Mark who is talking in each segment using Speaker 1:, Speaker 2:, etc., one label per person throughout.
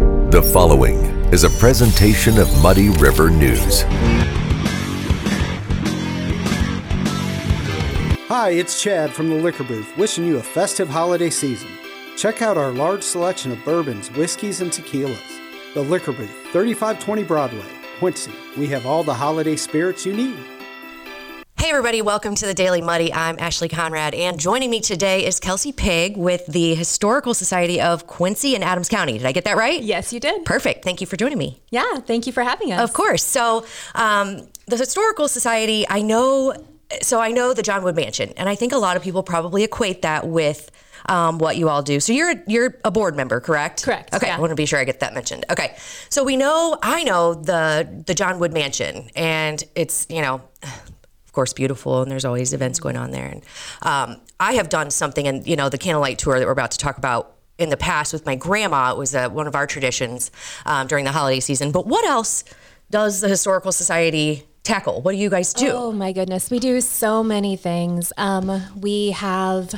Speaker 1: The following is a presentation of Muddy River News.
Speaker 2: Hi, it's Chad from the Liquor Booth, wishing you a festive holiday season. Check out our large selection of bourbons, whiskeys, and tequilas. The Liquor Booth, 3520 Broadway, Quincy. We have all the holiday spirits you need.
Speaker 3: Hey, everybody, welcome to the Daily Muddy. I'm Ashley Conrad, and joining me today is Kelsey Pig with the Historical Society of Quincy and Adams County. Did I get that right?
Speaker 4: Yes, you did.
Speaker 3: Perfect. Thank you for joining me.
Speaker 4: Yeah, thank you for having us.
Speaker 3: Of course. So, um, the Historical Society, I know, so I know the John Wood Mansion, and I think a lot of people probably equate that with. Um, what you all do. So you're you're a board member, correct?
Speaker 4: Correct,
Speaker 3: Okay,
Speaker 4: yeah.
Speaker 3: I want to be sure I get that mentioned. Okay, so we know I know the the John Wood Mansion, and it's you know, of course, beautiful, and there's always events going on there. And um, I have done something, and you know, the candlelight tour that we're about to talk about in the past with my grandma it was uh, one of our traditions um, during the holiday season. But what else does the historical society tackle? What do you guys do?
Speaker 4: Oh my goodness, we do so many things. Um, we have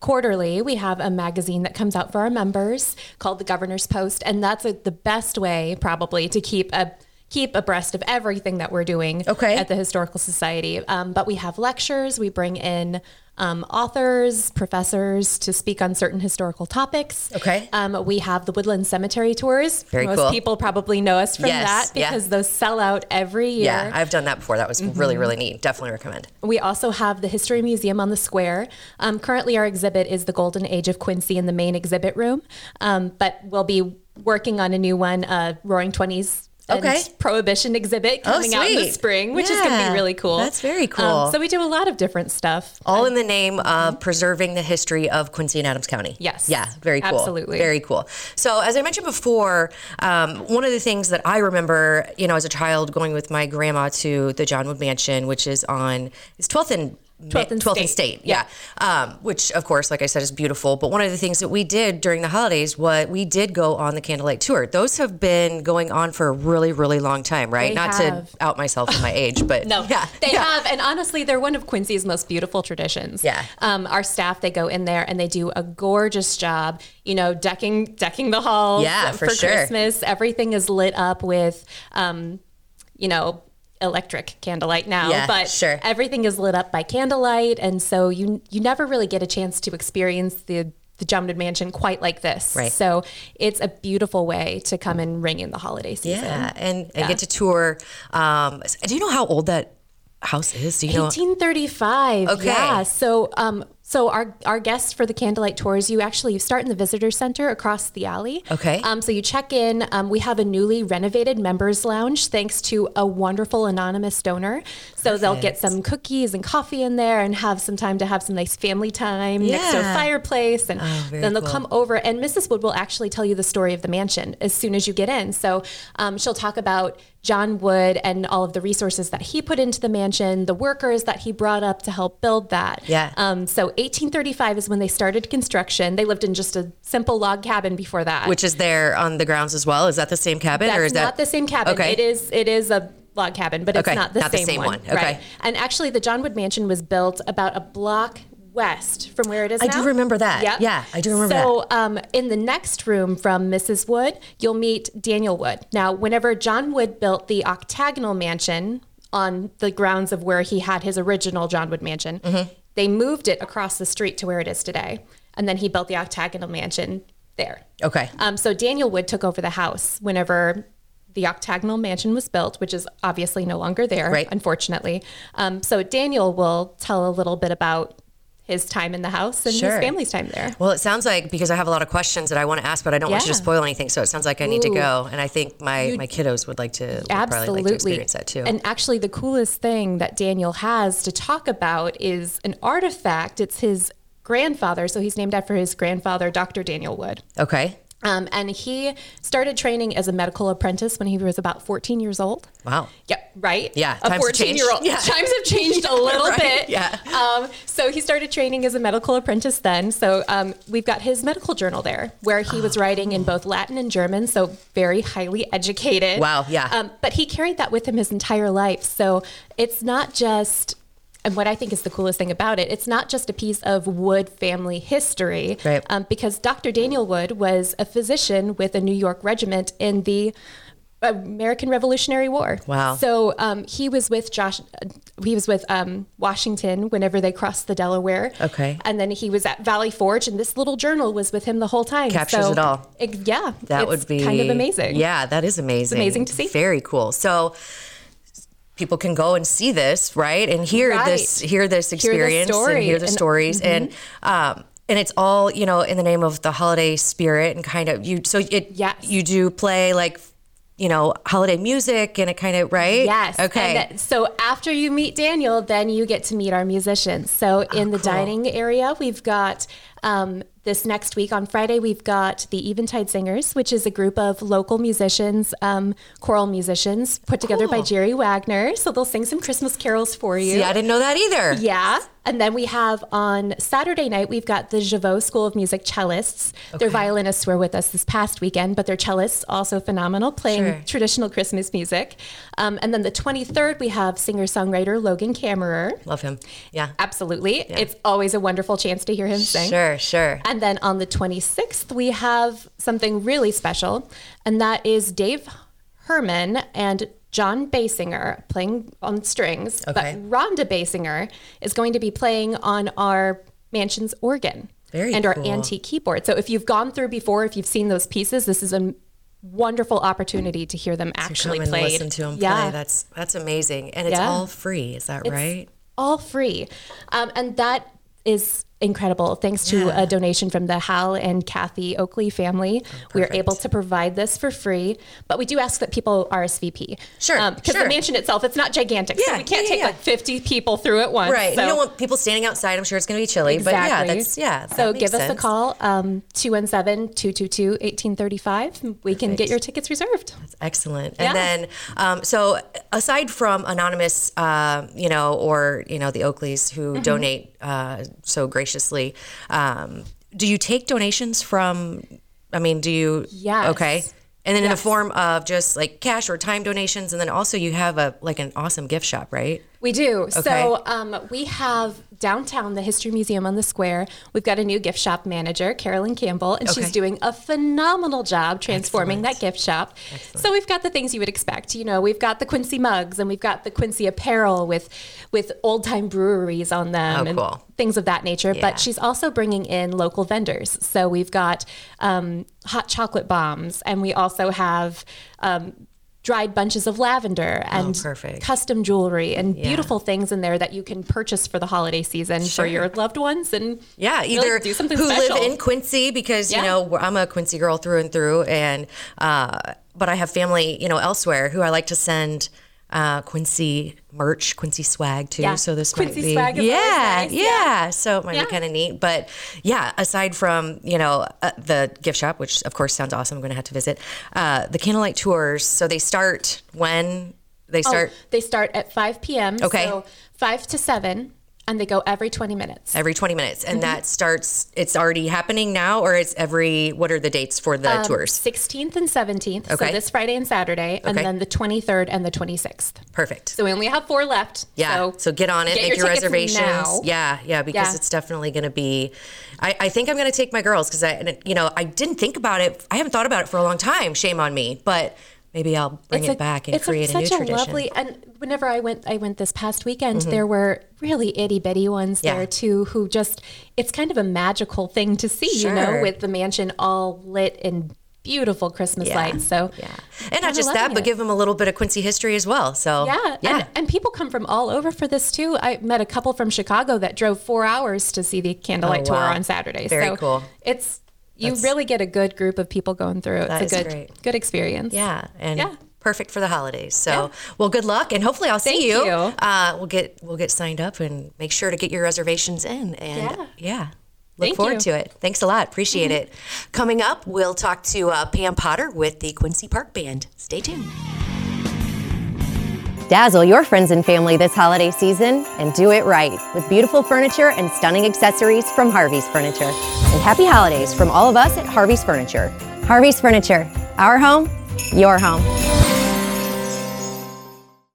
Speaker 4: quarterly we have a magazine that comes out for our members called the governor's post and that's a, the best way probably to keep a keep abreast of everything that we're doing
Speaker 3: Okay.
Speaker 4: at the historical society um, but we have lectures we bring in um, authors professors to speak on certain historical topics
Speaker 3: Okay.
Speaker 4: um, we have the woodland cemetery tours
Speaker 3: Very
Speaker 4: most
Speaker 3: cool.
Speaker 4: people probably know us from
Speaker 3: Yes,
Speaker 4: that
Speaker 3: yeah.
Speaker 4: because those sell out every year
Speaker 3: yeah, I've done that before. That was really, really neat. Definitely recommend.
Speaker 4: we also have the History Museum on the Square. Um, currently, our exhibit is the Golden Age of Quincy in the main exhibit room, um, but we'll be working on a new one, uh, Roaring Twenties. and
Speaker 3: Okay. Oh,
Speaker 4: Prohibition exhibit coming out in the
Speaker 3: sweet.
Speaker 4: spring, which is going to
Speaker 3: Yeah,
Speaker 4: be really cool.
Speaker 3: that's very
Speaker 4: Um,
Speaker 3: cool.
Speaker 4: so we do a lot of different stuff.
Speaker 3: All in the name of preserving the history of Quincy and Adams County.
Speaker 4: Yes.
Speaker 3: Yeah, very cool.
Speaker 4: Absolutely.
Speaker 3: Very cool. So, as I mentioned before, um, one of the things that I remember, you know, as a child going with my grandma to the John Wood Mansion, which is on, it's 12th and
Speaker 4: 12th and
Speaker 3: and
Speaker 4: State.
Speaker 3: State. Yeah. Um, which, of course, like I said, is beautiful. But one of the things that we did during the holidays was we did go on the candlelight tour. Those have been going on for a really, really long time, right?
Speaker 4: They
Speaker 3: Not
Speaker 4: have.
Speaker 3: to out myself and my age, but
Speaker 4: No,
Speaker 3: yeah,
Speaker 4: they
Speaker 3: yeah.
Speaker 4: have, and honestly, they're one of Quincy's most beautiful traditions.
Speaker 3: Yeah.
Speaker 4: um, our staff they go in there and they do a gorgeous job. You know, decking decking the halls.
Speaker 3: Yeah,
Speaker 4: uh,
Speaker 3: for sure.
Speaker 4: Christmas, everything is lit up with, um, you know. Electric candlelight now,
Speaker 3: Yeah,
Speaker 4: but
Speaker 3: sure.
Speaker 4: everything is lit up by candlelight, and so you you never really get a chance to experience the the John Wood Mansion quite like this.
Speaker 3: Right.
Speaker 4: So it's a beautiful way to come and ring in the holiday season.
Speaker 3: Yeah, and, and get to tour. Um, s- do you know how old that house is? Do you know?
Speaker 4: 1835.
Speaker 3: Okay.
Speaker 4: Yeah. So, um, so our our guests for the candlelight tours, you actually you start in the visitor center across the alley.
Speaker 3: Okay.
Speaker 4: Um, so you check in. Um, we have a newly renovated members lounge thanks to a wonderful anonymous donor. So they'll get some cookies and coffee in there and have some time to have some nice family time next to a
Speaker 3: Yeah.
Speaker 4: fireplace, and
Speaker 3: Oh, very
Speaker 4: then they'll
Speaker 3: cool.
Speaker 4: come over and Mrs. Wood will actually tell you the story of the mansion as soon as you get in. So um, she'll talk about John Wood and all of the resources that he put into the mansion, the workers that he brought up to help build that.
Speaker 3: Yeah.
Speaker 4: Um, so 1835 is when they started construction. They lived in just a simple log cabin before that.
Speaker 3: Which is there on the grounds as well? Is that the same cabin,
Speaker 4: That's
Speaker 3: or is
Speaker 4: not
Speaker 3: that
Speaker 4: the same cabin.
Speaker 3: Okay.
Speaker 4: It is it is a log cabin, but it's
Speaker 3: Okay,
Speaker 4: not the
Speaker 3: not the
Speaker 4: same,
Speaker 3: same one. Okay.
Speaker 4: Right. And actually the John Wood Mansion was built about a block west from where it is
Speaker 3: I
Speaker 4: now.
Speaker 3: do remember that.
Speaker 4: Yep.
Speaker 3: Yeah, I do remember
Speaker 4: so, um, in the next room from Mrs. Wood, you'll meet Daniel Wood. Now, whenever John Wood built the octagonal mansion on the grounds of where he had his original John Wood mansion,
Speaker 3: Mm-hmm.
Speaker 4: they moved it across the street to where it is today. And then he built the octagonal mansion there.
Speaker 3: that. Okay.
Speaker 4: Um, so Daniel Wood took over the house whenever the octagonal mansion was built, which is obviously no longer there,
Speaker 3: Right.
Speaker 4: unfortunately. Um, so Daniel will tell a little bit about his time in the house and
Speaker 3: Sure.
Speaker 4: his family's time there.
Speaker 3: Well, it sounds like because I have a lot of questions that I want to ask, but I don't want you to
Speaker 4: Yeah.
Speaker 3: spoil anything. So it sounds like I need to
Speaker 4: Ooh.
Speaker 3: go, and I think my my kiddos would like to would probably
Speaker 4: Absolutely.
Speaker 3: like to experience that too.
Speaker 4: And actually, the coolest thing that Daniel has to talk about is an artifact. It's his grandfather. So he's named after his grandfather, Dr. Daniel Wood.
Speaker 3: okay.
Speaker 4: Um, and he started training as a medical apprentice when he was about 14 years old.
Speaker 3: Wow.
Speaker 4: Yep. Right.
Speaker 3: Yeah, times
Speaker 4: A
Speaker 3: have changed.
Speaker 4: fourteen-year-old.
Speaker 3: Yeah.
Speaker 4: Times have changed a little
Speaker 3: right,
Speaker 4: bit.
Speaker 3: yeah.
Speaker 4: Um, so he started training as a medical apprentice then. So um, we've got his medical journal there, where he was writing in both Latin and German. So very highly educated.
Speaker 3: Wow, yeah.
Speaker 4: Um, but he carried that with him his entire life. So it's not just And what I think is the coolest thing about it, it's not just a piece of Wood family history,
Speaker 3: Right.
Speaker 4: um, because Dr. Daniel Wood was a physician with a New York regiment in the American Revolutionary War.
Speaker 3: Wow.
Speaker 4: So um, he was with Josh. uh, He was with um, Washington whenever they crossed the Delaware.
Speaker 3: Okay.
Speaker 4: And then he was at Valley Forge, and this little journal was with him the whole time.
Speaker 3: Captures it all.
Speaker 4: ex- yeah.
Speaker 3: That
Speaker 4: it's
Speaker 3: would be
Speaker 4: kind of amazing.
Speaker 3: Yeah, that is amazing.
Speaker 4: amazing to see.
Speaker 3: Very cool. So people can go and see this, right? And hear this,
Speaker 4: Right.
Speaker 3: hear this
Speaker 4: the
Speaker 3: experience, and
Speaker 4: story
Speaker 3: hear the
Speaker 4: and- mm-hmm.
Speaker 3: stories, and um, and it's all you know in the name of the holiday spirit and kind of you. So it,
Speaker 4: Yes.
Speaker 3: you do play like you know holiday music and it kind of right.
Speaker 4: Yes.
Speaker 3: Okay.
Speaker 4: And that- so after you meet Daniel, then you get to meet our musicians. So
Speaker 3: Ah,
Speaker 4: in the dining area, we've got um, this next week on Friday, we've got the Eventide Singers, which is a group of local musicians, um, choral musicians, put together by
Speaker 3: Cool.
Speaker 4: Jerry Wagner. So they'll sing some Christmas carols for you.
Speaker 3: See, I didn't know that either.
Speaker 4: Yeah. And then we have on Saturday night, we've got the Javot School of Music cellists. Their violinists were with us this past weekend, but their cellists also phenomenal, playing
Speaker 3: Sure.
Speaker 4: traditional Christmas music. Um, and then the 23rd, we have singer songwriter Logan Kammerer.
Speaker 3: Love him. Yeah.
Speaker 4: Absolutely. It's always a wonderful chance to hear him sing.
Speaker 3: Sure. Sure.
Speaker 4: And then on the 26th, we have something really special, and that is Dave Herman and John Basinger playing on strings.
Speaker 3: Okay.
Speaker 4: But Rhonda Basinger is going to be playing on our mansion's organ
Speaker 3: Very
Speaker 4: and our
Speaker 3: cool.
Speaker 4: antique keyboard. So if you've gone through before, if you've seen those pieces, this is a wonderful opportunity to hear them actually
Speaker 3: Come and
Speaker 4: played.
Speaker 3: listen to him play. That's that's amazing, and it's
Speaker 4: Yeah.
Speaker 3: all free. Is that right?
Speaker 4: all free. Um, and that is incredible. Thanks to
Speaker 3: Yeah. Oh,
Speaker 4: a donation from the Hal and Kathy Oakley family, we are able to provide this for free. But we do ask that people RSVP.
Speaker 3: Sure,
Speaker 4: Because
Speaker 3: sure.
Speaker 4: Um, the mansion itself, it's not gigantic.
Speaker 3: Yeah,
Speaker 4: so we can't
Speaker 3: yeah,
Speaker 4: take
Speaker 3: yeah,
Speaker 4: like 50 people through at once.
Speaker 3: Right. and
Speaker 4: So.
Speaker 3: you don't want people standing outside. I'm sure it's going to be chilly, but yeah, that's yeah. that
Speaker 4: So
Speaker 3: makes
Speaker 4: give us
Speaker 3: sense.
Speaker 4: a call, um, 217-222-1835. and We can get your tickets reserved.
Speaker 3: Excellent.
Speaker 4: Yeah.
Speaker 3: And then, um, so aside from anonymous, uh, you know, or you know the Oakleys who
Speaker 4: Mm-hmm.
Speaker 3: donate uh, so graciously, um, do you take donations from? I mean, do you?
Speaker 4: Yes.
Speaker 3: Okay. And then in the form of just like cash or time donations, and then also you have a like an awesome gift shop, right?
Speaker 4: We do.
Speaker 3: Okay.
Speaker 4: So um, we have downtown the History Museum on the Square. We've got a new gift shop manager, Carolyn Campbell, and
Speaker 3: Okay.
Speaker 4: she's doing a phenomenal job transforming that gift shop. So we've got the things you would expect. You know, we've got the Quincy mugs and we've got the Quincy apparel with with old time breweries on them
Speaker 3: Oh,
Speaker 4: and
Speaker 3: cool.
Speaker 4: things of that nature.
Speaker 3: Yeah.
Speaker 4: But she's also bringing in local vendors. So we've got um, hot chocolate bombs, and we also have. Um, dried bunches of lavender and
Speaker 3: Oh, perfect.
Speaker 4: custom jewelry and
Speaker 3: Yeah.
Speaker 4: beautiful things in there that you can purchase for the holiday season for your loved ones and
Speaker 3: Yeah,
Speaker 4: really
Speaker 3: either
Speaker 4: do something
Speaker 3: who
Speaker 4: special.
Speaker 3: live in Quincy because you
Speaker 4: Yeah.
Speaker 3: know we're- I'm a Quincy girl through and through, and uh, but I have family you know elsewhere who I like to send uh, Quincy merch, Quincy swag to.
Speaker 4: Yeah.
Speaker 3: So this
Speaker 4: Quincy
Speaker 3: might be
Speaker 4: swag is always
Speaker 3: yeah,
Speaker 4: nice,
Speaker 3: yeah,
Speaker 4: yeah.
Speaker 3: So it might
Speaker 4: Yeah.
Speaker 3: be kind of neat, but yeah. Aside from you know uh, the gift shop, which of course sounds awesome, I'm going to have to visit uh, the candlelight tours. So they start when they
Speaker 4: Oh,
Speaker 3: start
Speaker 4: they start at 5 p.m.
Speaker 3: Okay.
Speaker 4: So 5 to 7 and they go every 20 minutes.
Speaker 3: every 20 minutes, and
Speaker 4: Mm-hmm.
Speaker 3: that starts. It's already happening now, or it's every. What are the dates for the
Speaker 4: Um,
Speaker 3: tours?
Speaker 4: 16th and 17th,
Speaker 3: Okay.
Speaker 4: so this Friday and Saturday, and
Speaker 3: Okay.
Speaker 4: then the 23rd and the 26th.
Speaker 3: Perfect.
Speaker 4: So we only have four left.
Speaker 3: Yeah. So, get on it, make
Speaker 4: get
Speaker 3: your,
Speaker 4: your tickets
Speaker 3: reservations.
Speaker 4: now.
Speaker 3: Yeah, yeah, because
Speaker 4: Yeah.
Speaker 3: it's definitely going to be. I, I think I'm going to take my girls because I, and, you know, I didn't think about it. I haven't thought about it for a long time. Shame on me, but maybe I'll bring it
Speaker 4: a-
Speaker 3: back and
Speaker 4: it's
Speaker 3: create a,
Speaker 4: such
Speaker 3: new tradition. Mm-hmm.
Speaker 4: lovely and whenever I went I went this past weekend there were really itty bitty ones
Speaker 3: Yeah.
Speaker 4: there too who just it's kind of a magical thing to see you
Speaker 3: Sure.
Speaker 4: know with the mansion all lit in beautiful Christmas lights so
Speaker 3: yeah, and
Speaker 4: I'm
Speaker 3: not just that,
Speaker 4: loving
Speaker 3: but
Speaker 4: it.
Speaker 3: give them a little bit of Quincy history as well. So
Speaker 4: yeah,
Speaker 3: yeah.
Speaker 4: And, and people come from all over for this too. I met a couple from Chicago that drove four hours to see the candlelight
Speaker 3: Oh, wow.
Speaker 4: tour on Saturday.
Speaker 3: Very
Speaker 4: so
Speaker 3: cool.
Speaker 4: It's you really get a good group of people going through. It's
Speaker 3: That
Speaker 4: a
Speaker 3: is
Speaker 4: good
Speaker 3: great.
Speaker 4: good experience.
Speaker 3: Yeah, and
Speaker 4: Yeah.
Speaker 3: perfect for the holidays. So,
Speaker 4: Yeah.
Speaker 3: well, good luck, and hopefully I'll see
Speaker 4: Thank
Speaker 3: you.
Speaker 4: you.
Speaker 3: Uh, we'll get we'll get signed up and make sure to get your reservations in. And
Speaker 4: Yeah.
Speaker 3: yeah, look
Speaker 4: Thank
Speaker 3: forward
Speaker 4: you. Mm-hmm.
Speaker 3: to it. Thanks a lot. Appreciate it. Coming up, we'll talk to uh, Pam Potter with the Quincy Park Band. Stay tuned.
Speaker 5: Dazzle your friends and family this holiday season and do it right with beautiful furniture and stunning accessories from Harvey's Furniture. And happy holidays from all of us at Harvey's Furniture. Harvey's Furniture, our home, your home.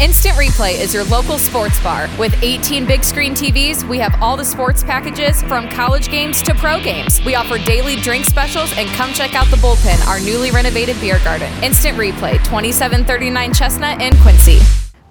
Speaker 6: Instant Replay is your local sports bar. With 18 big screen TVs, we have all the sports packages from college games to pro games. We offer daily drink specials and come check out the bullpen, our newly renovated beer garden. Instant Replay, 2739 Chestnut in Quincy.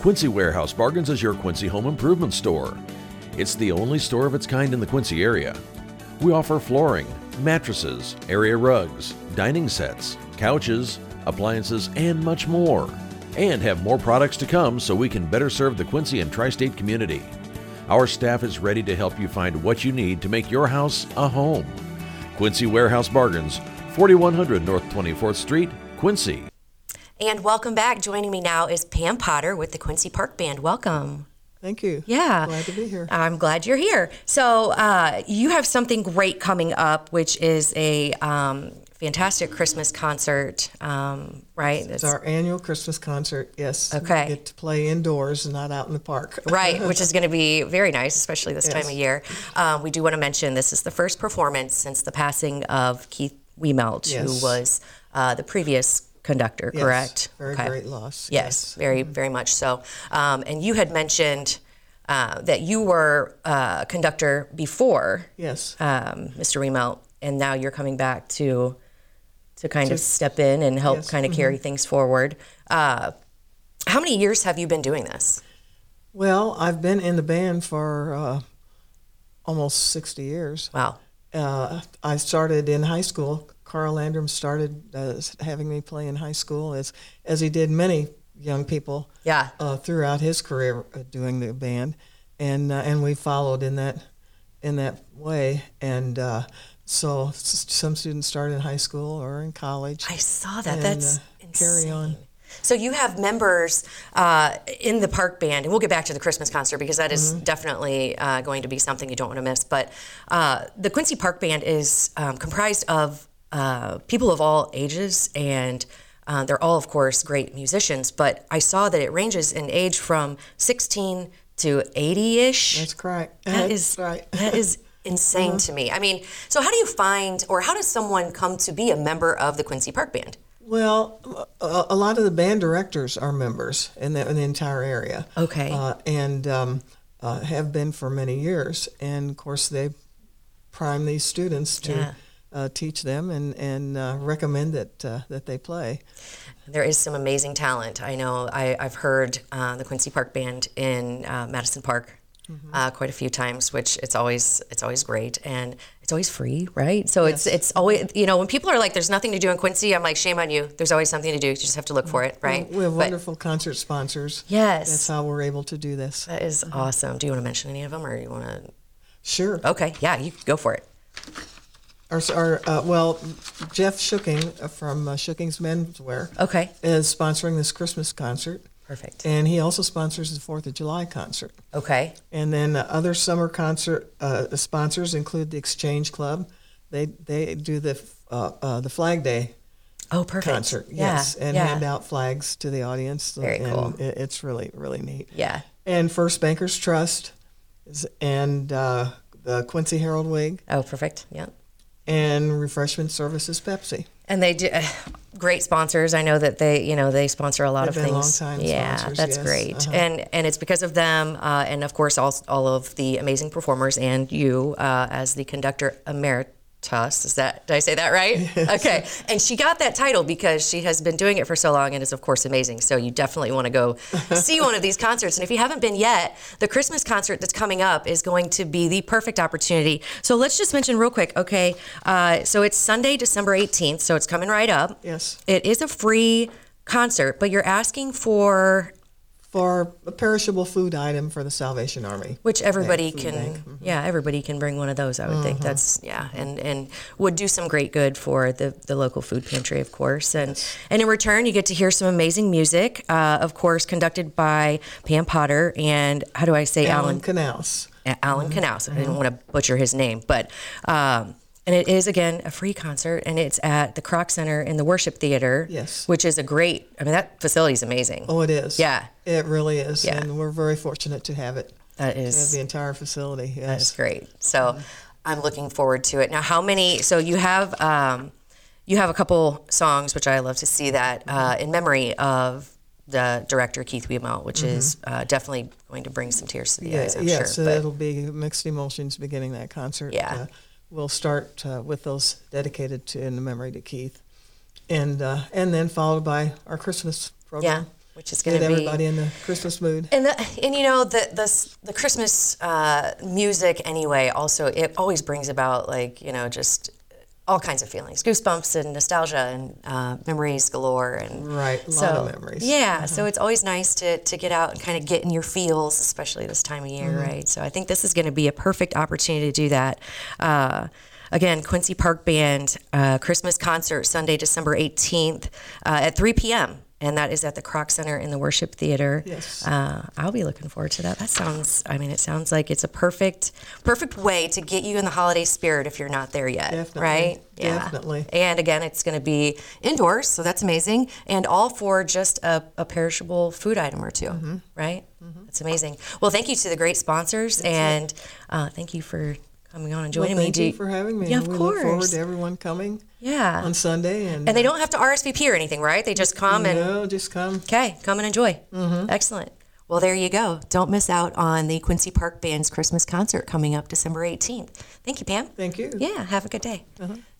Speaker 7: Quincy Warehouse Bargains is your Quincy home improvement store. It's the only store of its kind in the Quincy area. We offer flooring, mattresses, area rugs, dining sets, couches, appliances, and much more. And have more products to come so we can better serve the Quincy and tri state community. Our staff is ready to help you find what you need to make your house a home. Quincy Warehouse Bargains, 4100 North 24th Street, Quincy.
Speaker 3: And welcome back. Joining me now is Pam Potter with the Quincy Park Band. Welcome.
Speaker 8: Thank you.
Speaker 3: Yeah. Uh,
Speaker 8: Glad to be here.
Speaker 3: I'm glad you're here. So, uh, you have something great coming up, which is a um, fantastic Christmas concert, um, right?
Speaker 8: It's our annual Christmas concert. Yes.
Speaker 3: Okay.
Speaker 8: We get to play indoors and not out in the park.
Speaker 3: Right, which is going to be very nice, especially this time of year. Uh, we do want to mention this is the first performance since the passing of Keith Wiemelt,
Speaker 8: Yes.
Speaker 3: who was uh, the previous conductor,
Speaker 8: Yes,
Speaker 3: correct?
Speaker 8: very great loss,
Speaker 3: Yes,
Speaker 8: yes. Mm-hmm.
Speaker 3: very, very much so. Um, and you had mentioned uh, that you were uh, conductor before
Speaker 8: Yes.
Speaker 3: um, Mr. Wiemelt, and now you're coming back to to kind of step in and help
Speaker 8: yes, Mm-hmm.
Speaker 3: kind of carry things forward. Uh, how many years have you been doing this?
Speaker 8: Well, I've been in the band for uh, almost 60 years.
Speaker 3: Wow.
Speaker 8: Uh, I started in high school. Carl Andrum started uh, having me play in high school, as as he did many young people.
Speaker 3: Yeah.
Speaker 8: Uh, throughout his career, uh, doing the band, and uh, and we followed in that in that way. And uh, so s- some students started in high school or in college.
Speaker 3: I saw that.
Speaker 8: and,
Speaker 3: That's
Speaker 8: uh, carry on.
Speaker 3: insane. So you have members uh, in the park band, and we'll get back to the Christmas concert because that is
Speaker 8: Mm-hmm.
Speaker 3: definitely uh, going to be something you don't want to miss. But uh, the Quincy Park Band is um, comprised of uh, people of all ages, and uh, they're all, of course, great musicians. But I saw that it ranges in age from 16 to 80-ish.
Speaker 8: That's correct.
Speaker 3: That
Speaker 8: That's
Speaker 3: is
Speaker 8: right. Uh-huh.
Speaker 3: that is insane to me. I mean, so how do you find, or how does someone come to be a member of the Quincy Park Band?
Speaker 8: Well, a, a lot of the band directors are members in the, in the entire area.
Speaker 3: Okay.
Speaker 8: Uh, and um, uh, have been for many years. And of course, they prime these students to
Speaker 3: Yeah.
Speaker 8: uh, teach them and, and uh, recommend that, uh, that they play.
Speaker 3: There is some amazing talent. I know I, I've heard uh, the Quincy Park Band in uh, Madison Park
Speaker 8: Mm-hmm.
Speaker 3: uh, quite a few times, which it's always it's always great and it's always free, right? So it's it's always you know when people are like, "There's nothing to do in Quincy," I'm like, "Shame on you." There's always something to do. You just have to look for it, right?
Speaker 8: Mm-hmm. We have
Speaker 3: But
Speaker 8: wonderful uh, concert sponsors.
Speaker 3: Yes.
Speaker 8: That's how we're able to do this.
Speaker 3: that is awesome. Do you want to mention any of them, or you want to?
Speaker 8: Sure.
Speaker 3: Okay, yeah, you go for it.
Speaker 8: Our, our, uh, well, Jeff Shooking from uh, Shooking's Menswear
Speaker 3: Okay,
Speaker 8: is sponsoring this Christmas concert.
Speaker 3: perfect.
Speaker 8: And he also sponsors the Fourth of July concert.
Speaker 3: Okay,
Speaker 8: And then uh, other summer concert uh, sponsors include the Exchange Club. They they do the uh, uh, the Flag Day
Speaker 3: oh, perfect.
Speaker 8: concert,
Speaker 3: Yeah,
Speaker 8: yes, and
Speaker 3: yeah.
Speaker 8: hand out flags to the audience.
Speaker 3: Very
Speaker 8: and
Speaker 3: cool.
Speaker 8: It, it's really really neat.
Speaker 3: Yeah.
Speaker 8: And First Bankers Trust, is, and uh, the Quincy Herald Wig,
Speaker 3: Oh, perfect. Yeah.
Speaker 8: and Refreshment Services Pepsi.
Speaker 3: And they do uh, great sponsors. I know that they, you know, they sponsor a lot
Speaker 8: They've
Speaker 3: of
Speaker 8: been
Speaker 3: things.
Speaker 8: longtime
Speaker 3: yeah,
Speaker 8: sponsors,
Speaker 3: that's
Speaker 8: yes.
Speaker 3: great. And and it's because of them, uh, and of course all all of the amazing performers and you uh, as the conductor emeritus. Is that did I say that right? Okay. And she got that title because she has been doing it for so long and is of course amazing. So you definitely want to go see one of these concerts. And if you haven't been yet, the Christmas concert that's coming up is going to be the perfect opportunity. So let's just mention real quick. Okay. Uh, so it's Sunday, December eighteenth. So it's coming right up.
Speaker 8: Yes.
Speaker 3: It is a free concert, but you're asking for
Speaker 8: for a perishable food item for the Salvation Army.
Speaker 3: which everybody
Speaker 8: food
Speaker 3: can
Speaker 8: bank.
Speaker 3: yeah everybody can bring one of those i would think
Speaker 8: Mm-hmm.
Speaker 3: that's yeah and and would do some great good for the the local food pantry of course and and in return you get to hear some amazing music uh, of course conducted by pam potter and how do i say
Speaker 8: Alan mm-hmm.
Speaker 3: alan
Speaker 8: Canals.
Speaker 3: A- Alan Knaus. I didn't want to butcher his name, but um, and it is again a free concert, and it's at the Croc Center in the Worship Theater.
Speaker 8: Yes.
Speaker 3: which is a great. I mean, that facility is amazing.
Speaker 8: Oh, it is.
Speaker 3: Yeah.
Speaker 8: It really is.
Speaker 3: Yeah.
Speaker 8: And we're very fortunate to have it.
Speaker 3: that
Speaker 8: We have
Speaker 3: is
Speaker 8: the entire facility. Yes.
Speaker 3: that's great. So I'm looking forward to it. Now, how many? So you have um, you have a couple songs, which I love to see that uh, in memory of. The director Keith Weimelt, which is uh, definitely going to bring some tears to the eyes, I'm
Speaker 8: Mm-hmm. yeah,
Speaker 3: sure.
Speaker 8: so
Speaker 3: but-
Speaker 8: it'll be mixed emotions beginning that concert. Uh,
Speaker 3: Yeah.
Speaker 8: we'll start uh, with those dedicated to in memory to Keith, and uh, and then followed by our Christmas program.
Speaker 3: Yeah, which is gonna
Speaker 8: get
Speaker 3: be-
Speaker 8: everybody in the Christmas mood.
Speaker 3: And the, and you know the the s- the Christmas uh, music anyway. Also, it always brings about like you know just all kinds of feelings, goosebumps and nostalgia and uh, memories galore and
Speaker 8: Right, a lot
Speaker 3: so,
Speaker 8: of memories.
Speaker 3: Yeah, so it's always nice to to get out and kind of get in your feels, especially this time of year, right? So I think this is going to be a perfect opportunity to do that. Uh, Again, Quincy Park Band uh, Christmas concert Sunday, December 18th uh, at 3 p.m. And that is at the Croc Center in the Worship Theater.
Speaker 8: Yes.
Speaker 3: Uh, I'll be looking forward to that. That sounds, I mean, it sounds like it's a perfect, perfect way to get you in the holiday spirit if you're not there yet,
Speaker 8: Definitely.
Speaker 3: right?
Speaker 8: Definitely.
Speaker 3: And again, it's going to be indoors, so that's amazing. And all for just a, a perishable food item or 2
Speaker 8: Mm-hmm.
Speaker 3: right? That's amazing. Well, thank you to the great sponsors, and uh, thank you for coming on and
Speaker 8: Well,
Speaker 3: joining
Speaker 8: thank
Speaker 3: me.
Speaker 8: you for having me.
Speaker 3: Yeah,
Speaker 8: and
Speaker 3: of
Speaker 8: we look forward
Speaker 3: course.
Speaker 8: to everyone coming
Speaker 3: yeah.
Speaker 8: on Sunday. And,
Speaker 3: and they don't have to RSVP or anything, right? They just come and
Speaker 8: no, Mm-hmm. just come.
Speaker 3: Okay, come and enjoy. Excellent. Well, there you go. Don't miss out on the Quincy Park Band's Christmas concert coming up December 18th. Thank you, Pam.
Speaker 8: Thank you.
Speaker 3: Yeah, have a good day.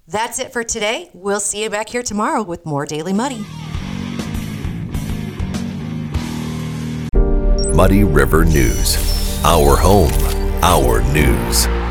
Speaker 3: That's it for today. We'll see you back here tomorrow with more Daily Muddy.
Speaker 1: Muddy River News. Our home, our news.